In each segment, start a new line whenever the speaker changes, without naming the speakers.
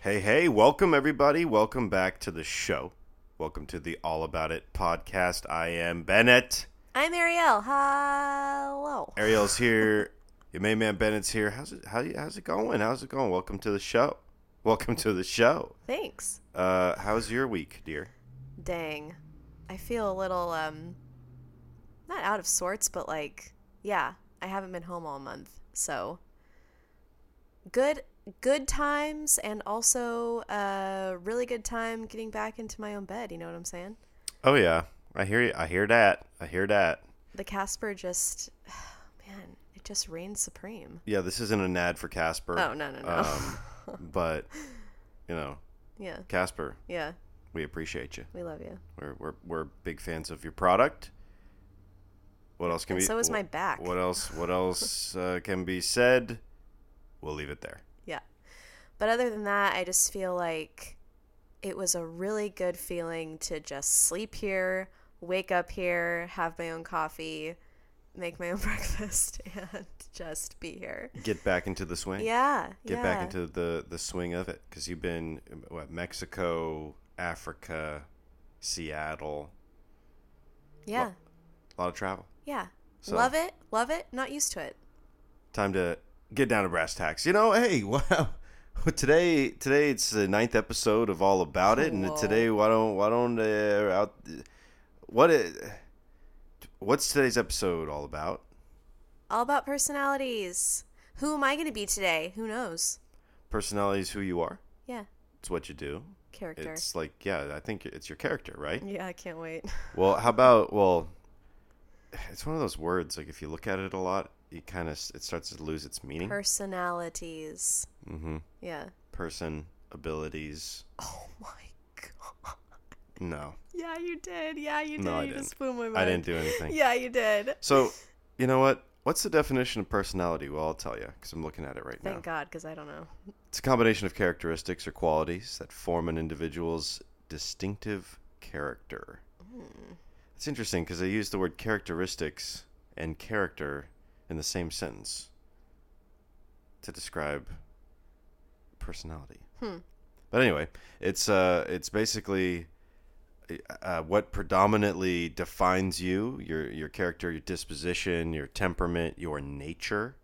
Hey, hey, welcome everybody. Welcome back to the show. Welcome to the All About It podcast. I am Bennett.
I'm Ariel. Hello.
Ariel's here. Your main man Bennett's here. How's it how, how's it going? How's it going? Welcome to the show. Welcome to the show.
Thanks.
Uh how's your week, dear?
Dang. I feel a little um not out of sorts, but like yeah, I haven't been home all month. So good good times and also a really good time getting back into my own bed, you know what I'm saying?
Oh yeah. I hear you. I hear that. I hear that.
The Casper just man, it just reigns supreme.
Yeah, this isn't an ad for Casper.
Oh, no, no, no.
Um, but you know,
Yeah.
Casper,
Yeah.
we appreciate you.
We love you.
We're we're we're big fans of your product. What else can
And
be?
so is
wh-
my back.
What else? What else uh, can be said? We'll leave it there.
Yeah. But other than that, I just feel like it was a really good feeling to just sleep here, wake up here, have my own coffee, make my own breakfast, and just be here.
Get back into the swing.
Yeah.
Get
yeah.
back into the the swing of it because you've been what Mexico, Africa, Seattle,
Yeah.
a lot of travel.
yeah.
So-
Love it. Love it. Not used to it.
Time to get down to brass tacks. You know, hey, wow. Today, today it's the ninth episode of All About It, and
Whoa.
today, why don't, why don't, uh, out, what, i- what's today's episode all about?
All about personalities. Who am I going to be today? Who knows?
Personality is who you are.
Yeah.
It's what you do.
Character.
It's like, yeah, I think it's your character, right?
Yeah, I can't wait.
Well, how about well, it's one of those words. Like if you look at it a lot, you kind of it starts to lose its meaning.
Personalities.
mm-hmm.
Yeah.
Person abilities.
Oh my God.
No,
Yeah, you did. Yeah, you did.
No, I
you
didn't.
just blew my mind.
I didn't do anything.
Yeah, you did.
So, you know what? What's the definition of personality? Well, I'll tell you because I'm looking at it right
Thank
now.
God, because I don't know.
It's a combination of characteristics or qualities that form an individual's distinctive character. It's interesting because they use the word characteristics and character in the same sentence to describe personality. But anyway, it's uh, it's basically uh, what predominantly defines you, your your character, your disposition, your temperament, your nature.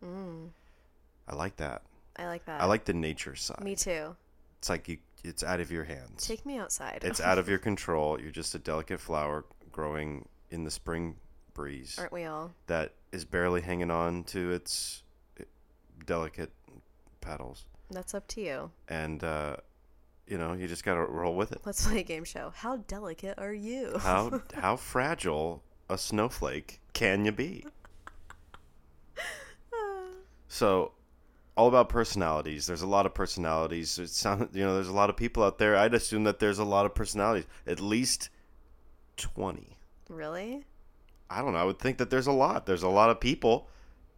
I like that.
I like that.
I like the nature side.
Me too.
It's like you, it's out of your hands.
Take me outside.
It's out of your control. You're just a delicate flower growing in the spring breeze
Aren't we all?
that is barely hanging on to its eh, delicate petals.
That's up to you.
And uh, you know, you just gotta roll with it.
Let's play a game show. How delicate are you?
How how fragile a snowflake can you be? So, all about personalities. There's a lot of personalities. It sound, you know, there's a lot of people out there. I'd assume that there's a lot of personalities. At least twenty.
really?
I don't know. I would think that there's a lot. There's a lot of people.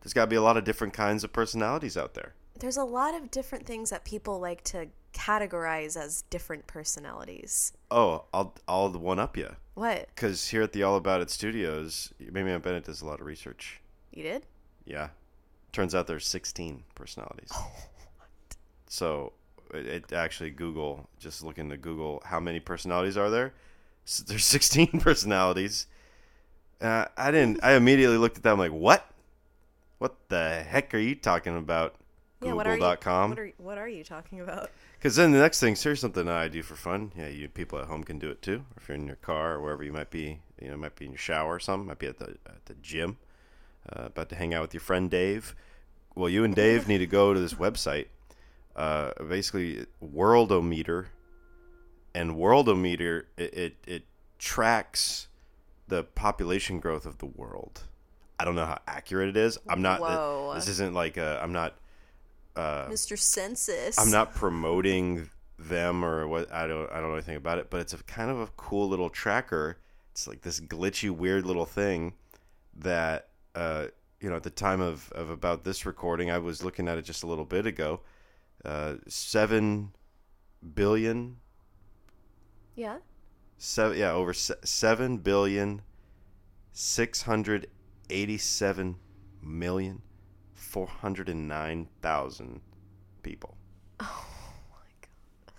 There's got to be a lot of different kinds of personalities out there.
There's a lot of different things that people like to categorize as different personalities.
Oh, I'll I'll one up you
What?
because here at the All About It Studios, maybe Aunt Bennett does a lot of research.
You did?
Yeah, turns out there's 16 personalities. So it, it actually Google just look into Google how many personalities are there. S there's 16 personalities. Uh, I didn't. I immediately looked at that. I'm like, what? What the heck are you talking about?
Yeah, what are you?
Google.com.
What are, what are you talking about?
Because then the next thing, so here's something I do for fun. Yeah, you people at home can do it too. Or if you're in your car or wherever you might be, you know, might be in your shower or something, might be at the at the gym, uh, about to hang out with your friend Dave. Well, you and Dave need to go to this website, uh, basically Worldometer, and Worldometer it, it it tracks the population growth of the world. I don't know how accurate it is. I'm not.
Whoa.
This isn't like i I'm not.
Mr. Census.
Uh, I'm not promoting them or what I don't I don't know anything about it, but it's a kind of a cool little tracker. It's like this glitchy, weird little thing that uh, you know at the time of, of about this recording, I was looking at it just a little bit ago. Uh, seven billion,
Yeah.
seven yeah over se- seven billion, six hundred eighty-seven million, four hundred and nine thousand people.
Oh my God.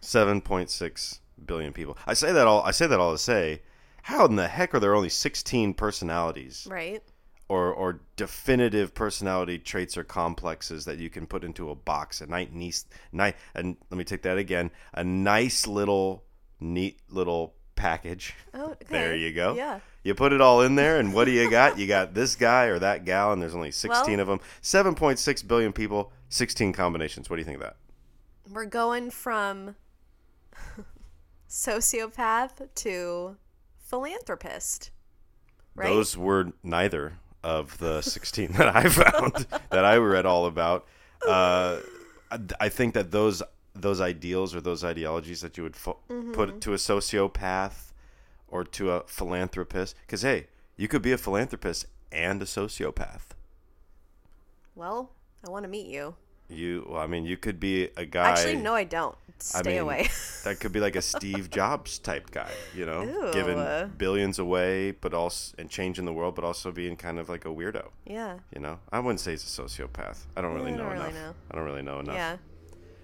Seven point six billion people. I say that all. I say that all to say, how in the heck are there only sixteen personalities
Right?
or or definitive personality traits or complexes that you can put into a box? A nice, nice, ni- and let me take that again. A nice little, neat little package.
Oh, okay.
There you go.
Yeah.
You put it all in there, and what do you got? You got this guy or that gal, and there's only 16
Well-
of them. 7.6 billion people, 16 combinations. What do you think of that?
We're going from sociopath to philanthropist. Right?
Those were neither of the 16 that I found that I read all about. Uh, I, I think that those those ideals or those ideologies that you would fo-
Mm-hmm.
put to a sociopath or to a philanthropist, because hey, you could be a philanthropist and a sociopath.
Well, I want to meet you.
You, I mean, you could be a guy.
Actually, no, I don't. Stay
I mean,
away.
that could be like a Steve Jobs type guy, you know,
Ew.
giving billions away, but also and changing the world, but also being kind of like a weirdo.
yeah.
You know, I wouldn't say he's a sociopath. I don't really
I don't
know
really
enough.
know.
I don't really know enough.
Yeah.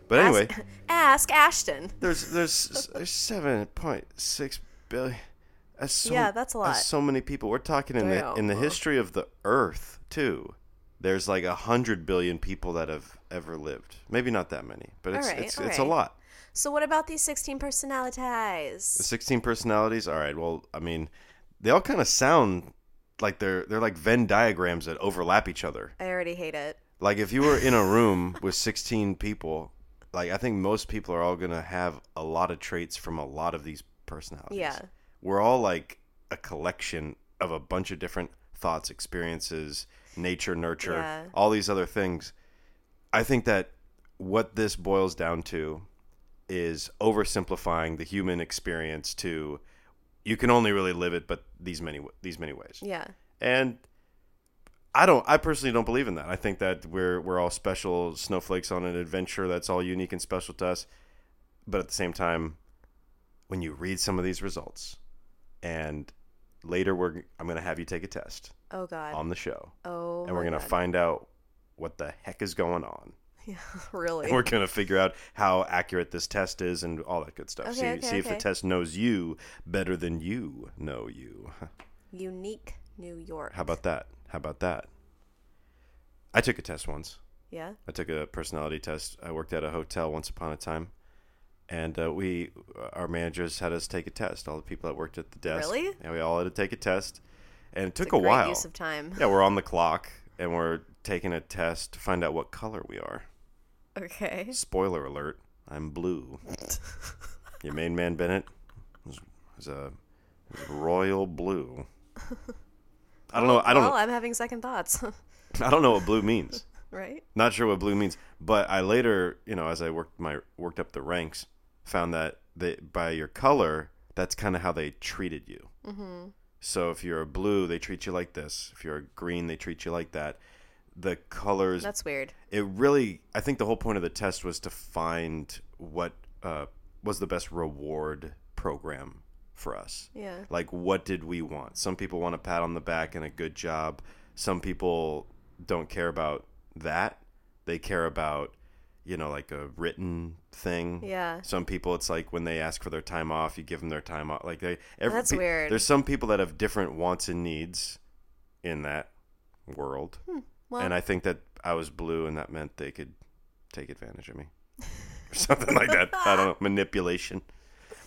But anyway,
Ask, ask Ashton.
there's there's there's seven point six billion. That's so,
Yeah, that's a lot.
so many people. We're talking in the in the
Damn.
history of the Earth too. There's like a hundred billion people that have ever lived. Maybe not that many, but it's
Alright,
it's, it's a
alright.
lot.
So what about these 16
The
personalities?
16 personalities. All right. Well, I mean, they all kind of sound like they're they're like Venn diagrams that overlap each other.
I already hate it.
Like if you were in a room with 16 people, like I think most people are all going to have a lot of traits from a lot of these personalities.
Yeah.
We're all like a collection of a bunch of different thoughts, experiences, nature, nurture,
Yeah.
all these other things. I think that what this boils down to is oversimplifying the human experience to you can only really live it but these many these many ways.
Yeah.
And I don't I personally don't believe in that. I think that we're we're all special snowflakes on an adventure that's all unique and special to us. But at the same time, when you read some of these results and later we're I'm going to have you take a test
Oh god.
on the show
oh.
Um, and we're
my
going to
God.
find out what the heck is going on.
Yeah, really.
And we're going to figure out how accurate this test is and all that good stuff.
Okay,
see
okay,
see if the
okay.
test knows you better than you know you.
Unique New York.
How about that? How about that? I took a test once.
Yeah.
I took a personality test. I worked at a hotel once upon a time, and uh, we, our managers had us take a test. All the people that worked at the desk,
Really?
and we all had to take a test, and it took
It's a
a
great
while.
Use of time.
yeah, we're on the clock, and we're taking a test to find out what color we are.
Okay.
Spoiler alert: I'm blue. Your main man Bennett was, was a was royal blue. I don't know. I don't.
Well,
know-
I'm having second thoughts.
I don't know what blue means.
right?
Not sure what blue means, but I later, you know, as I worked my worked up the ranks, found that they, by your color, that's kind of how they treated you. Mm-hmm. So if you're a blue, they treat you like this. If you're a green, they treat you like that. The colors,
That's weird.
it really. I think the whole point of the test was to find what uh, was the best reward program for us
Yeah.
like what did we want some people want a pat on the back and a good job some people don't care about that they care about you know like a written thing
Yeah.
some people it's like when they ask for their time off you give them their time off like they every,
That's weird.
there's some people that have different wants and needs in that world
Well,
and i think that i was blue and that meant they could take advantage of me or something like that i don't know manipulation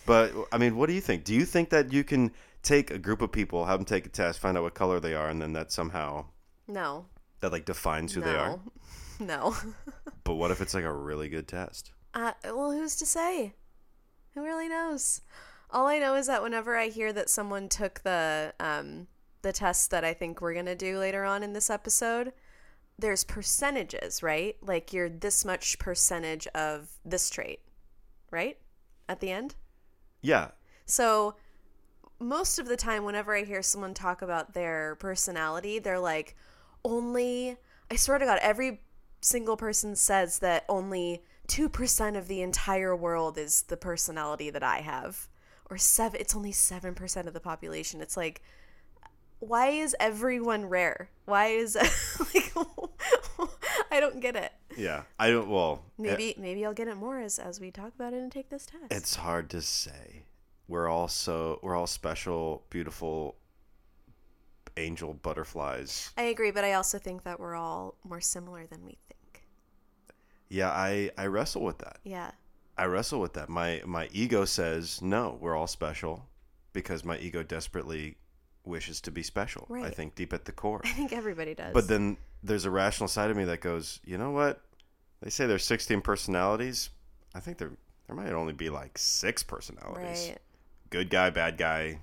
but i mean what do you think do you think that you can take a group of people have them take a test find out what color they are and then that somehow
no.
that like defines who
no.
they are
No.
but what if it's like a really good test
Uh, well, who's to say? Who really knows? All I know is that whenever I hear that someone took the um, the test that I think we're gonna do later on in this episode, there's percentages, right? Like you're this much percentage of this trait, right? At the end.
yeah
So most of the time whenever I hear someone talk about their personality, they're like only I swear to god every single person says that only 2% of the entire world is the personality that I have or 7 it's only 7% of the population. It's like why is everyone rare? Why is like I don't get it.
Yeah. I don't. Well, eh, it-
Maybe maybe I'll get it more as as we talk about it and take this test.
it's hard to say. We're all so we're all special, beautiful angel butterflies.
I agree, but I also think that we're all more similar than we think.
Yeah, I I wrestle with that.
Yeah.
I wrestle with that. My my ego says no. We're all special because my ego desperately wishes to be special. I
Right.
think deep at the core.
I think everybody does.
But then there's a rational side of me that goes, you know what? They say there's 16 personalities. I think there there might only be like six personalities.
right.
Good guy, bad guy,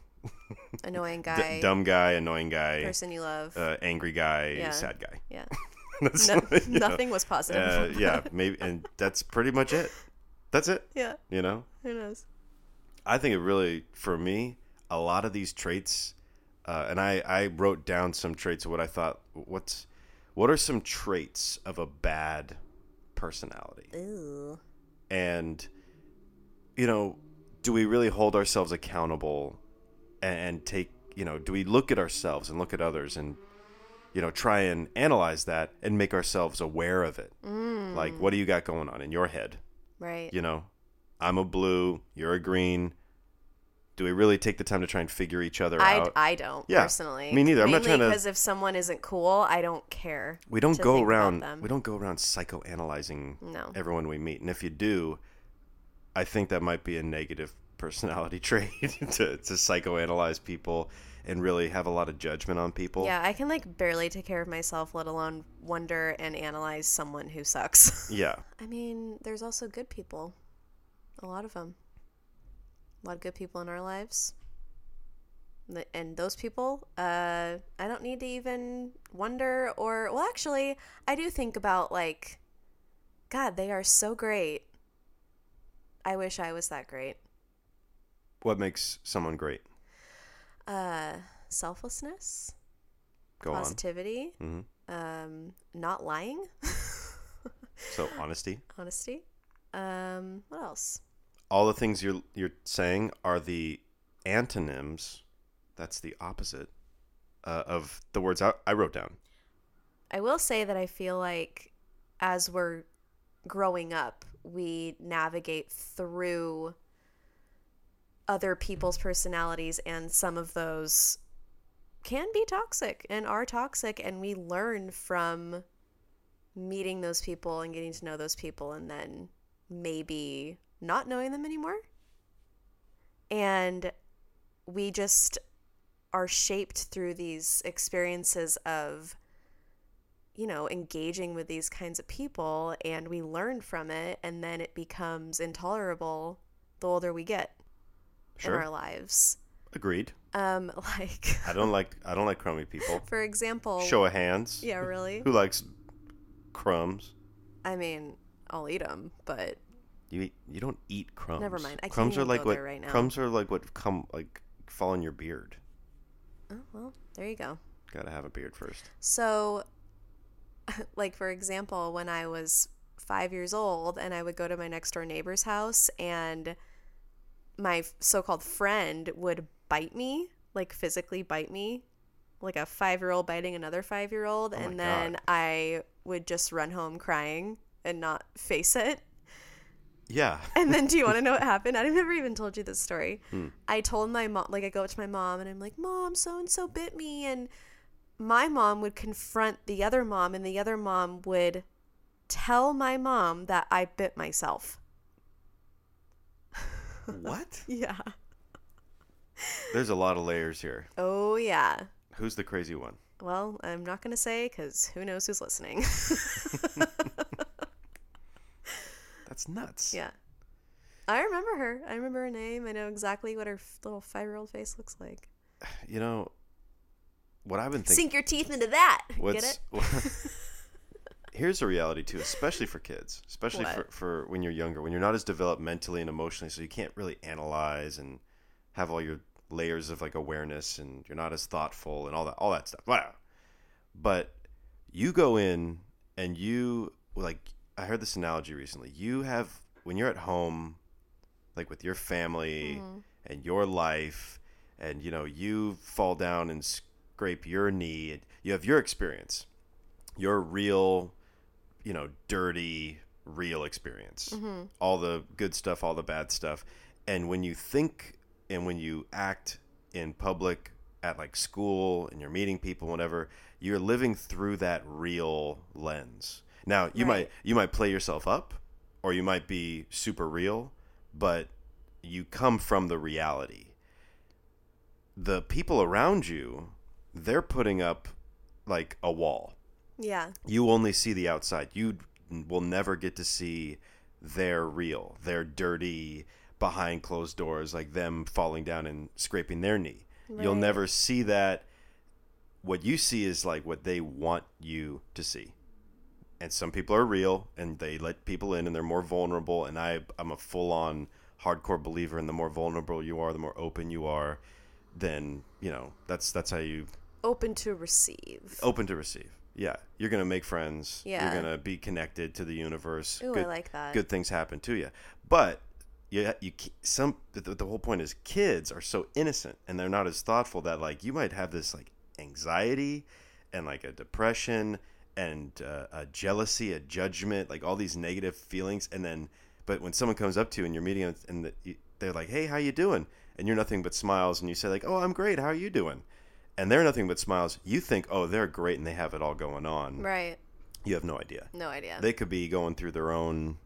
Annoying
d-
guy,
dumb guy, annoying guy,
person you love.
uh, angry guy,
Yeah.
sad guy.
yeah.
That's
No,
like, you know,
nothing was positive.
uh,
about
yeah,
that.
maybe, and that's pretty much it. That's it.
Yeah.
You know,
Who knows?
I think it really, for me, a lot of these traits, uh, and I, I wrote down some traits of what I thought. What's, what are some traits of a bad personality?
Ooh.
And, you know, do we really hold ourselves accountable, and, and take, you know, do we look at ourselves and look at others and, you know, try and analyze that and make ourselves aware of it? Like, what do you got going on in your head?
Right.
you know, I'm a blue, you're a green. Do we really take the time to try and figure each other
I,
out?
I don't
Yeah.
personally.
Me neither. I'm not trying to-
because if someone isn't cool, I don't care.
we don't
to
go
think about
around
them.
we don't go around psychoanalyzing
No.
everyone we meet. And if you do, I think that might be a negative personality trait to, to psychoanalyze people and really have a lot of judgment on people.
Yeah, I can like barely take care of myself, let alone wonder and analyze someone who sucks.
Yeah.
I mean, there's also good people. A lot of them. A lot of good people in our lives. Th- And those people, uh, I don't need to even wonder or, well, actually, I do think about like, God, they are so great. I wish I was that great.
What makes someone great?
Uh, selflessness,
Go
positivity,
on. hmm
um, not lying,
So honesty.
honesty. Um, what else?
All the things you're you're saying are the antonyms. That's the opposite uh, of the words I, I wrote down.
I will say that I feel like as we're growing up, we navigate through other people's personalities, and some of those can be toxic and are toxic, and we learn from meeting those people and getting to know those people, and then maybe not knowing them anymore. And we just are shaped through these experiences of you know, engaging with these kinds of people and we learn from it and then it becomes intolerable the older we get
Sure.
in our lives.
Agreed.
Um like
I don't like I don't like crummy people.
for example,
Show of hands.
yeah, really.
Who likes crumbs?
I mean, I'll eat them, but
You eat, you don't eat crumbs.
Never mind. I can't
crumbs
even
are like
go
what
there right now.
crumbs are like what come like fall in your beard.
oh well, there you go.
Gotta have a beard first.
So, like, for example, when I was five years old and I would go to my next door neighbor's house, and my so called friend would bite me, like, physically bite me, like a five year old biting another five year old.
Oh my
and then
God.
I would just run home crying and not face it.
Yeah.
And then, do you want to know what happened? I've never even told you this story. I told my mom, like, I go up to my mom and I'm like, Mom, so and so bit me. And my mom would confront the other mom, and the other mom would tell my mom that I bit myself.
what?
Yeah.
There's a lot of layers here.
Oh, yeah.
Who's the crazy one?
Well, I'm not going to say because who knows who's listening.
That's nuts.
yeah. I remember her. I remember her name. I know exactly what her f- little five year old face looks like.
You know what I've been thinking.
Sink your teeth into that. Get it?
here's a reality too, especially for kids, especially
What?
for, for when you're younger, when you're not as developed mentally and emotionally, so you can't really analyze and have all your layers of like awareness, and you're not as thoughtful and all that, all that stuff. Wow. But you go in and you like, I heard this analogy recently. You have when you're at home, like with your family and your life, and you know you fall down and scrape your knee. And you have your experience your real you know, dirty, real experience. All the good stuff, all the bad stuff. And when you think and when you act in public at like school and you're meeting people whenever, you're living through that real lens. Now, you
Right.
might you might play yourself up or you might be super real, but you come from the reality. The people around you, they're putting up like a wall
Yeah.
you only see the outside. You will never get to see their real, their dirty, behind closed doors, like them falling down and scraping their knee. You'll
Right.
never see that. What you see is like what they want you to see. And some people are real and they let people in and they're more vulnerable. And I, I'm a full on hardcore believer in the more vulnerable you are, the more open you are, then, you know, that's, that's how you
Open to receive.
open to receive. Yeah, you're gonna make friends.
Yeah.
you're gonna be connected to the universe.
Ooh, I like that.
Good things happen to you, but you you ki- some the, the whole point is kids are so innocent and they're not as thoughtful that like you might have this like anxiety and like a depression and uh, a jealousy, a judgment, like all these negative feelings, and then but when someone comes up to you and you're meeting them and the, you- they're like, hey, how you doing? And you're nothing but smiles, and you say like, oh, I'm great. How are you doing? and they're nothing but smiles, you think, oh, they're great and they have it all going on.
Right.
You have no idea.
No idea.
They could be going through their own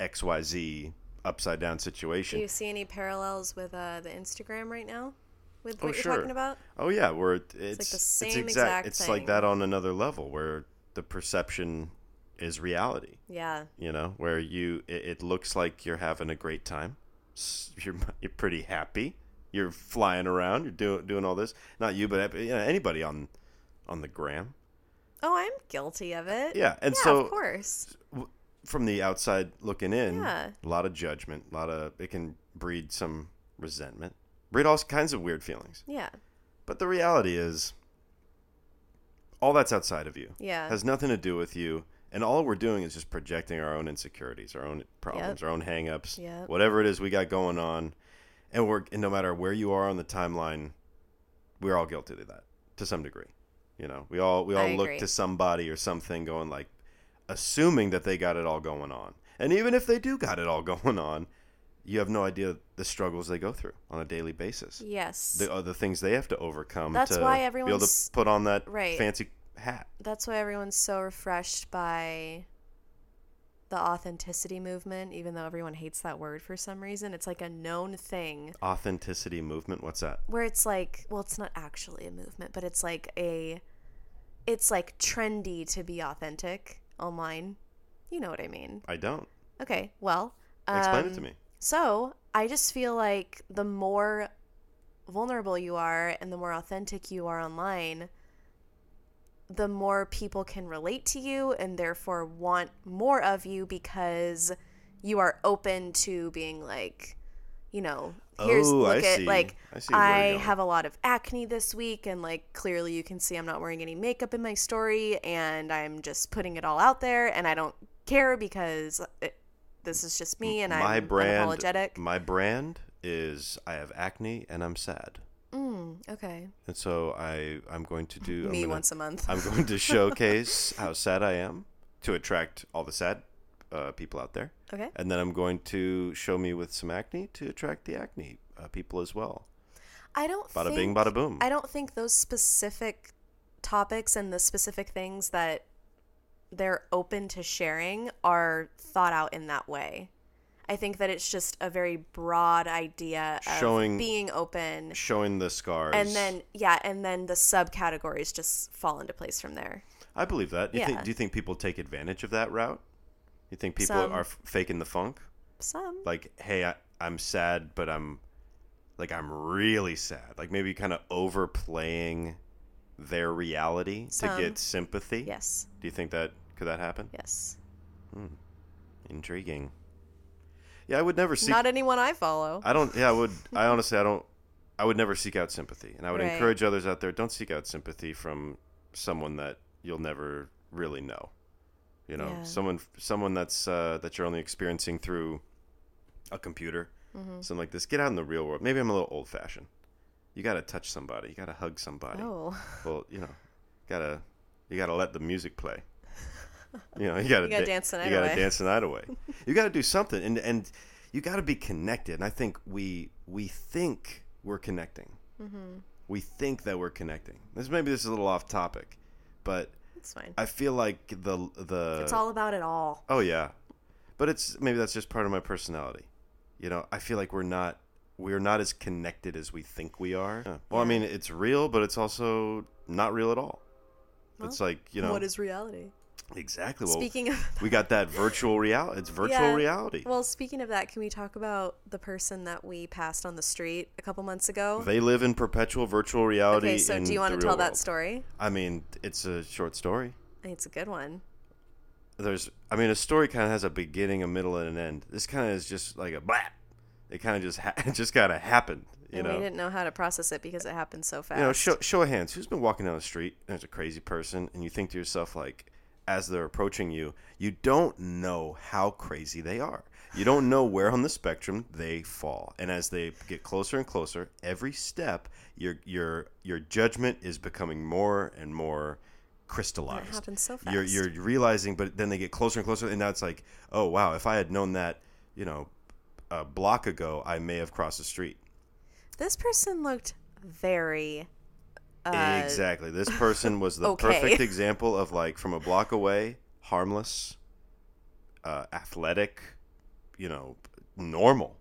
XYZ upside down
Do
situation.
you see any parallels with uh, the Instagram right now? With
Oh,
what you're
sure.
talking about?
Oh, yeah. Where it- it's,
the same
it's
exact
It's
thing.
like that on another level where the perception is reality,
Yeah.
you know, where you it, it looks like you're having a great time. S- You're, you're pretty happy. You're flying around. You're doing doing all this. Not you, but you know, anybody on on the gram.
Oh, I'm guilty of it.
Yeah, and
yeah,
so
of course.
w- from the outside looking in,
Yeah.
a lot of judgment, a lot of it can breed some resentment, breed all kinds of weird feelings.
Yeah.
But the reality is, all that's outside of you
Yeah.
has nothing to do with you, and all we're doing is just projecting our own insecurities, our own problems, our own hangups,
Yep.
whatever it is we got going on, and we're and no matter where you are on the timeline, we're all guilty of that to some degree. You know, we all we all
I
look
agree.
to somebody or something going like assuming that they got it all going on. And even if they do got it all going on, you have no idea the struggles they go through on a daily basis.
Yes.
The other things they have to overcome
That's
to
why
be able
everyone's-
to put on that
Right.
fancy hat.
That's why everyone's so refreshed by the authenticity movement, even though everyone hates that word for some reason. It's like a known thing
Authenticity movement, what's that?
where it's like, well, it's not actually a movement, but it's like a, it's like trendy to be authentic online. You know what I mean?
I don't.
Okay, well,
Explain
um,
it to me.
So I just feel like the more vulnerable you are and the more authentic you are online, the more people can relate to you and therefore want more of you because you are open to being like, you know, here's
Oh, I
look at
see.
like
I see where you're
I
going.
have a lot of acne this week and like clearly you can see I'm not wearing any makeup in my story and I'm just putting it all out there and I don't care because it, this is just me and
my
I'm
brand
unapologetic.
My brand is I have acne and I'm sad.
Mm, okay.
And so I I'm going to do I'm
me
gonna-
once a month.
I'm going to showcase how sad I am to attract all the sad uh, people out there.
okay.
And then I'm going to show me with some acne to attract the acne uh, people as well.
I don't
Bada
think,
bing, bada boom.
I don't think those specific topics and the specific things that they're open to sharing are thought out in that way. I think that it's just a very broad idea of
Showing-
being open
Showing the scars.
and then yeah, and then the subcategories just fall into place from there.
I believe that. You
Yeah.
think, do you think people take advantage of that route? You think people
Some.
are f- faking the funk?
Some
Like, hey, I, I'm sad, but I'm like I'm really sad. Like maybe kind of overplaying their reality
Some.
to get sympathy.
yes,
Do you think that could that happen?
yes.
Intriguing. Yeah, I would never seek.
Not anyone I follow.
I don't. Yeah, I would. I honestly, I don't. I would never seek out sympathy, and I would
Right.
encourage others out there: don't seek out sympathy from someone that you'll never really know. You know,
Yeah.
someone someone that's uh, that you're only experiencing through a computer,
Mm-hmm.
something like this. Get out in the real world. Maybe I'm a little old fashioned. You gotta touch somebody. You gotta hug somebody.
oh,
Well, you know, gotta you gotta let the music play. You know, you got to
gotta dance the night
You got
away.
to dance the night away. you got to do something, and and you got to be connected. And I think we we think we're connecting.
Mm-hmm.
We think that we're connecting. This maybe this is a little off topic, but
It's fine.
I feel like the the
it's all about it all.
Oh yeah, but it's maybe that's just part of my personality. You know, I feel like we're not we're not as connected as we think we are. Well, I mean, it's real, but it's also not real at all. it's like you know
what is reality?
exactly what
Speaking of
we got that virtual reality. It's virtual
Yeah.
reality.
Well, speaking of that, can we talk about the person that we passed on the street a couple months ago?
they live in perpetual virtual reality.
okay, so
in
do you want
the
to
real
tell that
world.
story?
I mean, it's a short story.
I think It's a good one.
There's, I mean, a story kind of has a beginning, a middle, and an end. This kind of is just like a blap. It kind of just ha- it just kind of happened. You
and
know,
we didn't know how to process it because it happened so fast.
You know, show, show of hands, who's been walking down the street and there's a crazy person, and you think to yourself, like, as they're approaching you, you don't know how crazy they are. You don't know where on the spectrum they fall. And as they get closer and closer, every step, your your your judgment is becoming more and more crystallized.
happens so
You're,
fast.
you're realizing, but then they get closer and closer, and now it's like, oh, wow, if I had known that, you know, a block ago, I may have crossed the street.
This person looked very. Uh,
Exactly. This person was the
okay.
perfect example of like from a block away, harmless, uh, athletic, you know, normal.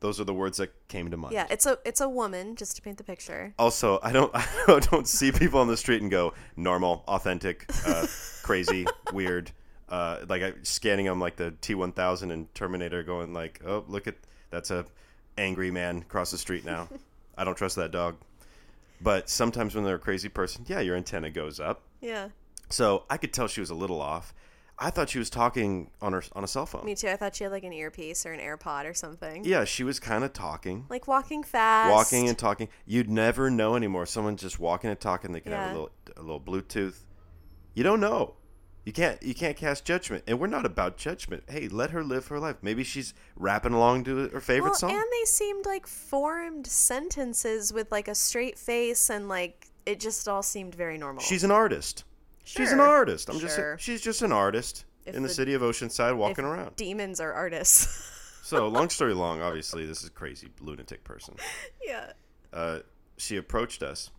Those are the words that came to mind.
yeah, it's a it's a woman. Just to paint the picture.
Also, I don't I don't see people on the street and go normal, authentic, uh, crazy, weird. Uh, like I, scanning them like the T one thousand and Terminator, going like, oh look at that's a angry man across the street now. I don't trust that dog. But sometimes when they're a crazy person, yeah, your antenna goes up.
Yeah,
So I could tell she was a little off. I thought she was talking on her on a cell phone.
me too. I thought she had like an earpiece or an AirPod or something.
Yeah, she was kind of talking,
Like walking fast.
walking and talking. You'd never know anymore. Someone just walking and talking, they can have
Yeah.
a little a little Bluetooth. You don't know. You can't you can't cast judgment, and we're not about judgment. Hey, let her live her life. Maybe she's rapping along to her favorite
well,
song.
and they seemed like formed sentences with like a straight face and like it just all seemed very normal.
she's an artist. She's an
Sure.
artist. I'm just
Sure.
she's just an artist
If
in the,
the-
city of Oceanside,
If
walking around.
Demons are artists.
so long story long, obviously this is a crazy lunatic person.
yeah.
uh, she approached us,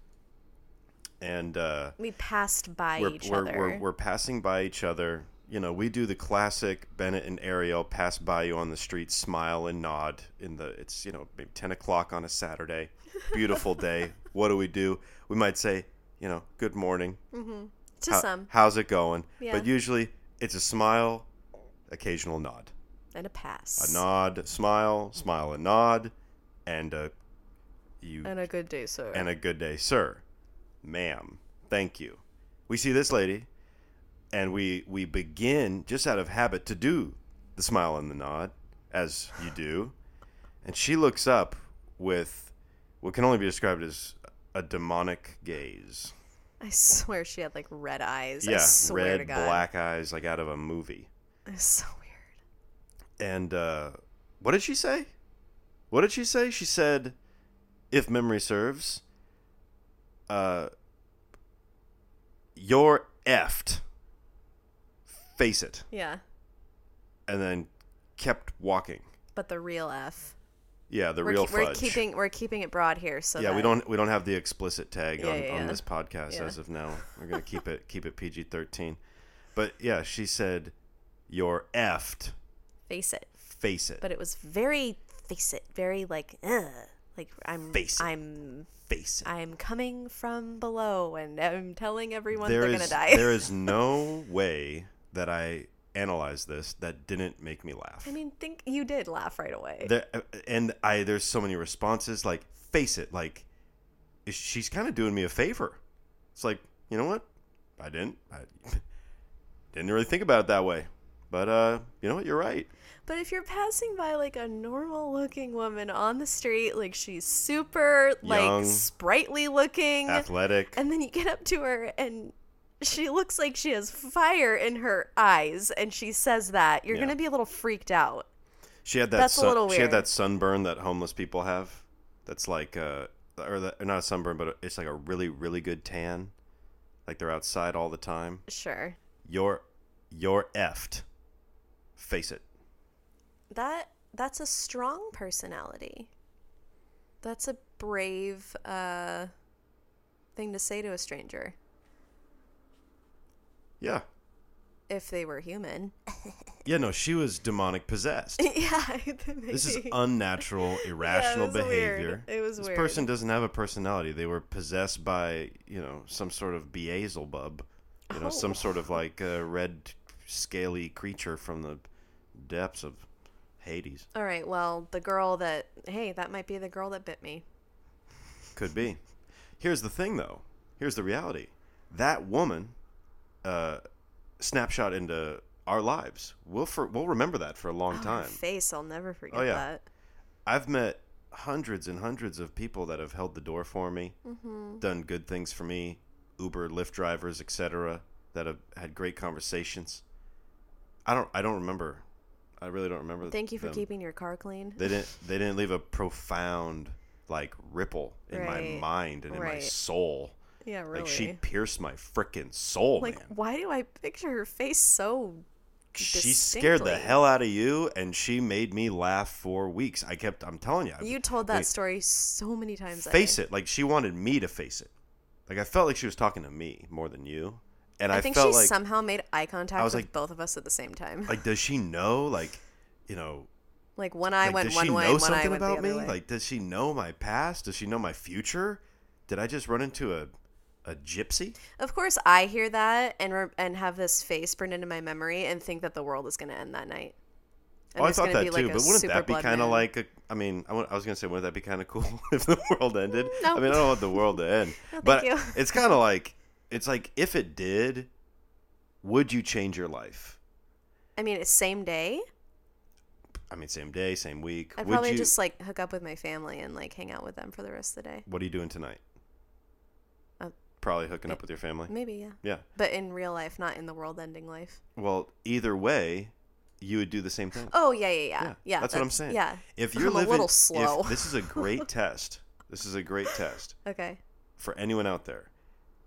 and uh,
We passed by
we're,
each
we're,
other.
we're we're passing by each other. You know, we do the classic Bennett and Ariel pass by you on the street, smile and nod. In the it's you know maybe ten o'clock on a Saturday, beautiful day. What do we do? We might say you know good morning.
to
How-
some.
How's it going?
Yeah.
But usually it's a smile, occasional nod,
And a pass.
a nod, smile, smile and nod, and uh, you
And a good day, sir.
and a good day, sir, ma'am, thank you. We see this lady, and we we begin just out of habit to do the smile and the nod, as you do, and she looks up with what can only be described as a demonic gaze.
I swear she had like red eyes. I
yeah,
swear
red,
to God.
black eyes like out of a movie.
It was so weird.
And uh, what did she say? What did she say? She said, if memory serves, uh, you're effed. Face it.
Yeah.
And then kept walking.
But the real F.
Yeah, the
we're,
real
ke-
fudge.
we're keeping we're keeping it broad here so
yeah, we
that-
don't we don't have the explicit tag
Yeah,
on,
yeah,
on
yeah.
this podcast
Yeah.
as of now. We're gonna keep it keep it PG thirteen. But yeah, she said, "You're effed.
face it.
Face it.
But it was very face it, very like ugh. Like I'm
Face it.
I'm
Face it."
I'm coming from below and I'm telling everyone
There
they're gonna
is-
die.
there is no way that I analyzed this that didn't make me laugh.
I mean, think you did laugh right away.
there, uh, and I there's so many responses. Like, face it, like is- she's kind of doing me a favor. It's like you know what, I didn't, I didn't really think about it that way. But uh, you know what, you're right.
But if you're passing by like a normal looking woman on the street, like she's super
Young.
like sprightly looking,
Athletic,
and then you get up to her and she looks like she has fire in her eyes and she says that, you're
Yeah.
going to be a little freaked out.
She had that.
That's a
sun,
little
She had
weird.
that sunburn that homeless people have. That's like, uh, or, the, or not a sunburn, but it's like a really, really good tan. Like they're outside all the time.
Sure.
You're You're effed. Face it.
That that's a strong personality. That's a brave uh, thing to say to a stranger
Yeah.
if they were human.
Yeah, no, she was demonic possessed.
yeah,
This is
maybe.
unnatural, irrational
was weird.
behavior.
It was
this
weird.
person doesn't have a personality. They were possessed by, you know, some sort of beelzebub, you know,
Oh.
some sort of like uh, red scaly creature from the depths of Hades.
All right, well, the girl that hey, that might be the girl that bit me.
Could be. Here's the thing, though. Here's the reality. That woman, uh, snapshot into our lives. We'll for, we'll remember that for a long
Oh, her
time. Oh,
face, I'll never forget
yeah.
that.
I've met hundreds and hundreds of people that have held the door for me,
Mm-hmm.
done good things for me, Uber, Lyft drivers, etc., that have had great conversations. I don't. I don't remember. I really don't remember.
Thank you for
them.
keeping your car clean.
They didn't. They didn't leave a profound like ripple in my
Right.
mind and in my
Right.
soul.
yeah, really.
Like she pierced my freaking soul,
Like,
man.
why do I picture her face so?
She scared the
distinctly?
hell out of you, and she made me laugh for weeks. I kept. I'm telling you. I-
You told that
Wait.
story so many times.
face it. Like she wanted me to face it. Like I felt like she was talking to me more than you, and I,
I think
felt
she
like
somehow made eye contact
I was
with
like-
both of us at the same time. Like,
like does she know? Like you know,
one eye
like,
went
does
one
she
way,
know
and one eye
something
went
about
the
me?
other way.
Like does she know my past? Does she know my future? Did I just run into a a gypsy?
of course, I hear that and re- and have this face burned into my memory and think that the world is going to end that night. And
Oh, I
there's
thought
gonna
that
be,
too,
like, a
but wouldn't
super
that be
blood
kind of
moon.
like a? I mean, I, wa- I was gonna say, wouldn't that be kind of cool if the world ended?
Mm, no.
I mean, I don't want the world to end, but
you.
it's kind of like it's like if it did, would you change your life?
I mean, it's same day.
I mean, same day, same week.
I'd
would
probably
you,
just like hook up with my family and like hang out with them for the rest of the day.
What are you doing tonight?
Uh,
Probably hooking up with your family.
Maybe, yeah.
Yeah.
But in real life, not in the world ending life.
Well, either way, you would do the same thing.
Oh, yeah, yeah, yeah. Yeah.
that's, what I'm saying.
Yeah.
If you're
I'm a
living,
little
if-
slow.
this is a great test. This is a great test
Okay.
for anyone out there.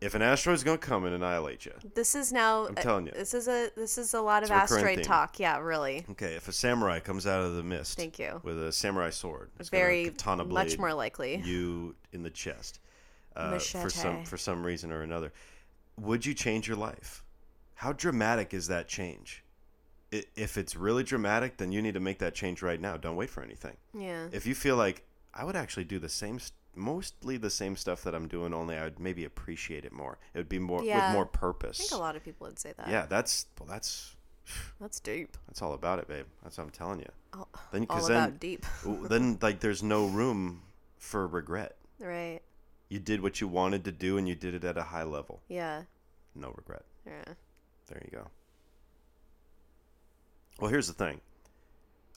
If an asteroid's gonna come and annihilate you,
This is now. uh,
I'm telling you.
This is a this is a lot
It's
of
a recurrent
asteroid
theme.
talk. Yeah, really.
okay, if a samurai comes out of the mist,
Thank you.
with a samurai sword, it's got a
Very
katana
much
blade,
more likely.
you in the chest uh, for some
Machete.
for some reason or another. Would you change your life? How dramatic is that change? I- If it's really dramatic, then you need to make that change right now. Don't wait for anything.
Yeah.
If you feel like I would actually do the same, st- mostly the same stuff that I'm doing, only I would maybe appreciate it more. It would be more
Yeah.
with more
I
purpose.
think a lot of people would say that.
Yeah, that's well, that's
That's deep.
that's all about it, babe. That's what I'm telling you.
All,
Then
all
because
about
then
deep.
w- then like there's no room for regret.
Right.
You did what you wanted to do and you did it at a high level.
Yeah.
No regret.
Yeah.
There you go. Well, here's the thing.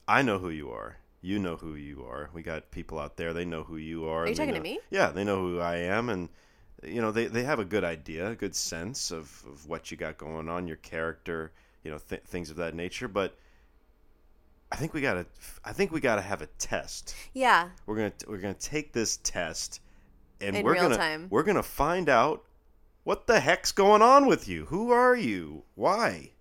I know who you are. You know who you are. We got people out there. They know who you are.
Are you
and they
talking to
know-
me?
Yeah, they know who I am, and you know they, they have a good idea, a good sense of, of what you got going on, your character, you know th- things of that nature. But I think we gotta I think we gotta have a test.
Yeah.
We're gonna we're gonna take this test, and
In
we're
real
gonna
time.
we're gonna find out what the heck's going on with you. Who are you? Why?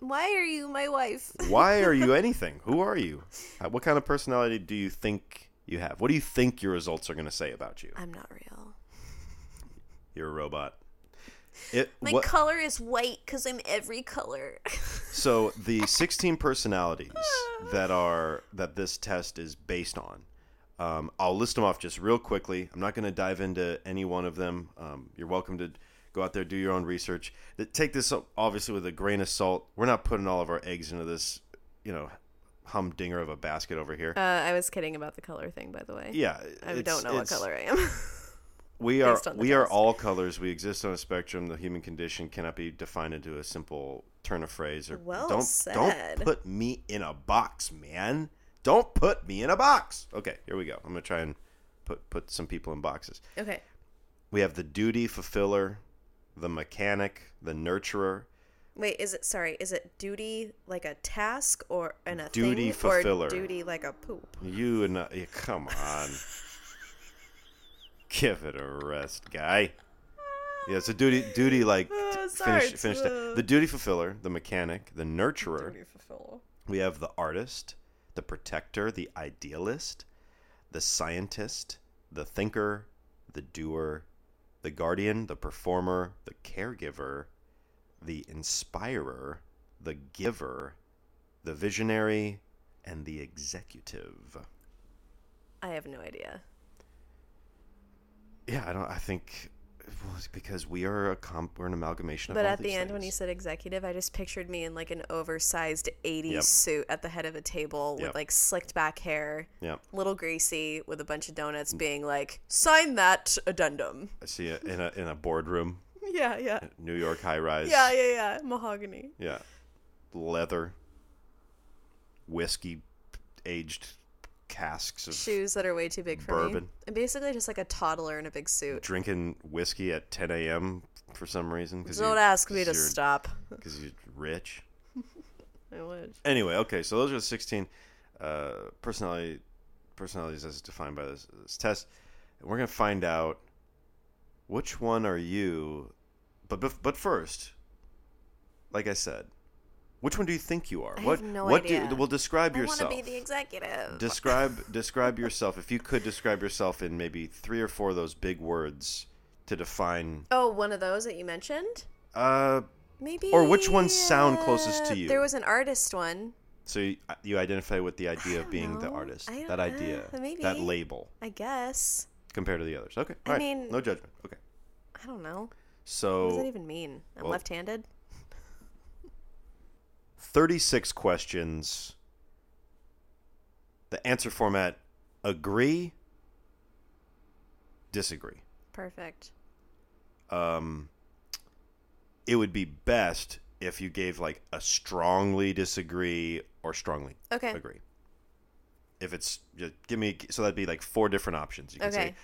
Why are you my wife?
Why are you anything? Who are you? Uh, What kind of personality do you think you have? What do you think your results are gonna say about you?
I'm not real.
You're a robot. It,
My
what,
color is white because I'm every color.
so the 16 personalities that are that this test is based on. Um, I'll list them off just real quickly. I'm not going to dive into any one of them. Um, you're welcome to go out there do your own research. Th- Take this up, obviously with a grain of salt. We're not putting all of our eggs into this, you know, humdinger of a basket over here.
uh, I was kidding about the color thing, by the way.
yeah,
I
it's-
don't know what
it's-
color I am.
we are
based on the
we are
test.
all colors. We exist on a spectrum. The human condition cannot be defined into a simple turn of phrase. Or
Well
don't
said.
don't put me in a box, man. Don't put me in a box. Okay, here we go. I'm gonna try and put put some people in boxes.
okay.
We have the duty fulfiller, the mechanic, the nurturer,
Wait, is it sorry? Is it duty like a task or an a
Duty
thing,
fulfiller.
or duty like a poop?
You and I, yeah, come on. Give it a rest, guy. Yeah, it's a duty duty like
Oh,
t-
sorry,
finish finish
it's,
that.
uh,
the duty fulfiller, the mechanic, the nurturer.
Duty fulfiller.
We have the artist, the protector, the idealist, the scientist, the thinker, the doer, the guardian, the performer, the caregiver, the inspirer, the giver, the visionary, and the executive.
I have no idea.
Yeah, I don't. I think it was because we are a comp. We're an amalgamation of.
But
all
at the
these
end, when you
things.
said executive, I just pictured me in like an oversized 80s
Yep.
suit at the head of a table with
Yep.
like slicked back hair,
yeah,
little greasy, with a bunch of donuts,
Mm.
being like, sign that addendum.
I see it in a in a boardroom,
Yeah, yeah.
New York high rise.
Yeah, yeah, yeah. Mahogany.
Yeah. Leather. Whiskey aged casks of
Shoes that are way too big for me.
Bourbon.
I'm basically just like a toddler in a big suit.
drinking whiskey at 10 a.m. for some reason. Cause
Don't
you-
ask me to
cause you're-
stop.
Cause you're rich.
I wish.
Anyway, okay, so those are the 16 uh, personality personalities as defined by this, this test. And we're gonna find out which one are you. But bef- but first, like I said, which one do you think you are?
I
what
have no
what do
idea.
you, well describe
I want to
yourself.
be the executive.
describe describe yourself if you could describe yourself in maybe three or four of those big words to define
oh, one of those that you mentioned?
uh
Maybe.
Or which ones sound closest to
uh,
you?
There was an artist one.
so you, you identify with the idea of
don't
being the
know.
artist
I don't-
that idea
uh, maybe.
that label
I guess.
compared to the others okay
I
all right
mean-
no judgment okay
I don't know. What does that
so
even mean? I'm
well-
left-handed.
36 questions the answer format agree disagree
Perfect.
um, it would be best if you gave like a strongly disagree or strongly
Okay.
agree. If it's just give me so that'd be like four different options. You can
Okay.
say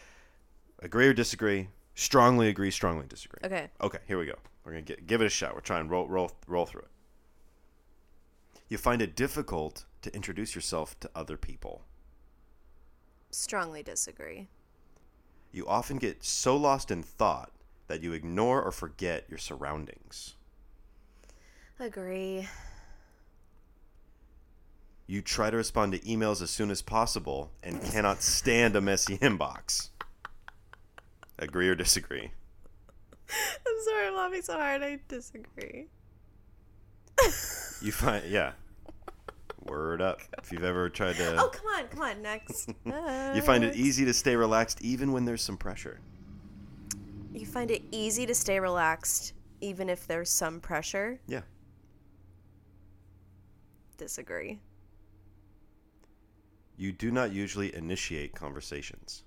agree or disagree, strongly agree, strongly disagree. Okay,
Okay.
here we go. We're gonna get, give it a shot. We're trying roll roll roll through it. You find it difficult to introduce yourself to other people.
Strongly disagree.
You often get so lost in thought that you ignore or forget your surroundings.
Agree.
You try to respond to emails as soon as possible and cannot stand a messy inbox. Agree or disagree?
I'm sorry. I'm laughing so hard. I disagree.
You find, yeah. Word up. If you've ever tried
Oh,
to,
come on, come on. Next. Uh,
you find it easy to stay relaxed even when there's some pressure.
You find it easy to stay relaxed, even if there's some pressure.
Yeah.
Disagree.
You do not usually initiate conversations.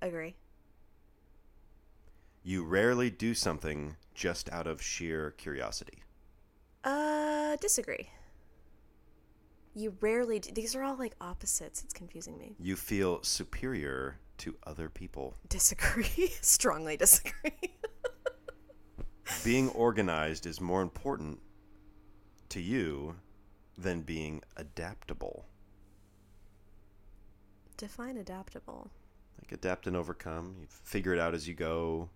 Agree.
You rarely do something just out of sheer curiosity.
Uh, disagree. You rarely. Do, these are all like opposites. It's confusing me.
You feel superior to other people.
Disagree. Strongly disagree.
Being organized is more important to you than being adaptable.
Define adaptable.
Like adapt and overcome. You figure it out as you go,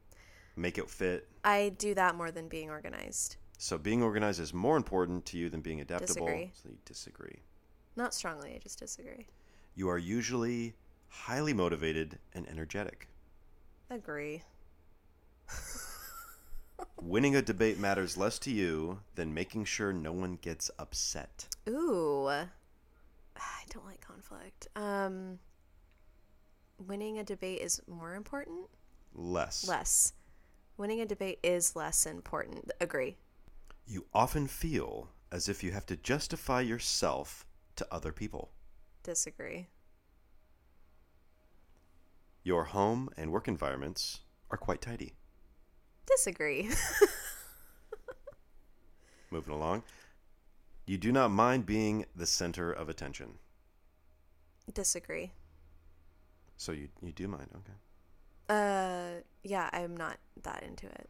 make it fit.
I do that more than being organized.
So being organized is more important to you than being adaptable.
Disagree.
So you disagree.
Not strongly, I just disagree.
You are usually highly motivated and energetic.
Agree.
Winning a debate matters less to you than making sure no one gets upset.
Ooh. I don't like conflict. Um winning a debate is more important?
Less.
Less. Winning a debate is less important. Agree.
You often feel as if you have to justify yourself to other people.
Disagree.
Your home and work environments are quite tidy.
Disagree.
Moving along. You do not mind being the center of attention.
disagree.
So you, you do mind, okay.
Uh yeah, I'm not that into it.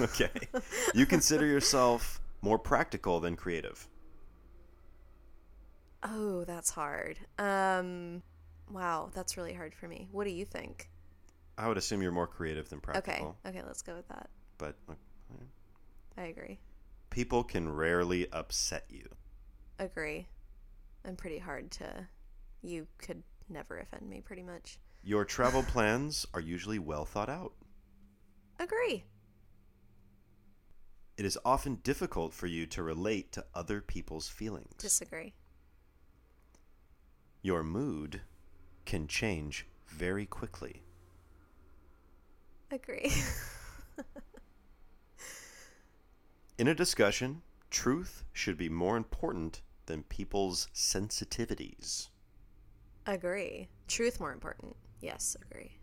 Okay. you consider yourself more practical than creative.
Oh, that's hard. Um wow, that's really hard for me. What do you think?
I would assume you're more creative than practical.
Okay. Okay, let's go with that.
But uh,
I agree.
people can rarely upset you.
Agree. I'm pretty hard to you could never offend me pretty much.
Your travel plans are usually well thought out.
Agree.
It is often difficult for you to relate to other people's feelings.
Disagree.
Your mood can change very quickly.
Agree.
In a discussion, truth should be more important than people's sensitivities.
agree. Truth more important. Yes, agree.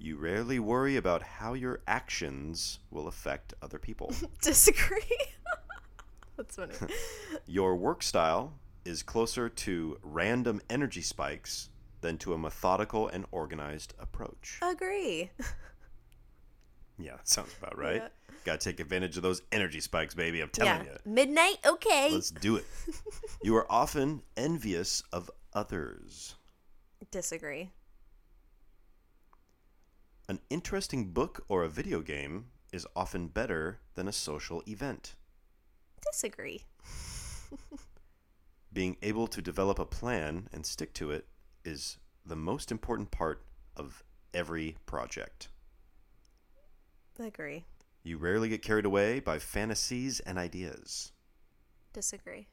You rarely worry about how your actions will affect other people.
Disagree. That's funny.
Your work style is closer to random energy spikes than to a methodical and organized approach.
agree.
Yeah, that sounds about right.
Yeah.
Gotta take advantage of those energy spikes, baby. I'm
Yeah.
telling
Midnight, okay.
you. Let's do it. you are often envious of others.
Disagree.
An interesting book or a video game is often better than a social event.
Disagree.
Being able to develop a plan and stick to it is the most important part of every project.
Agree.
You rarely get carried away by fantasies and ideas.
Disagree.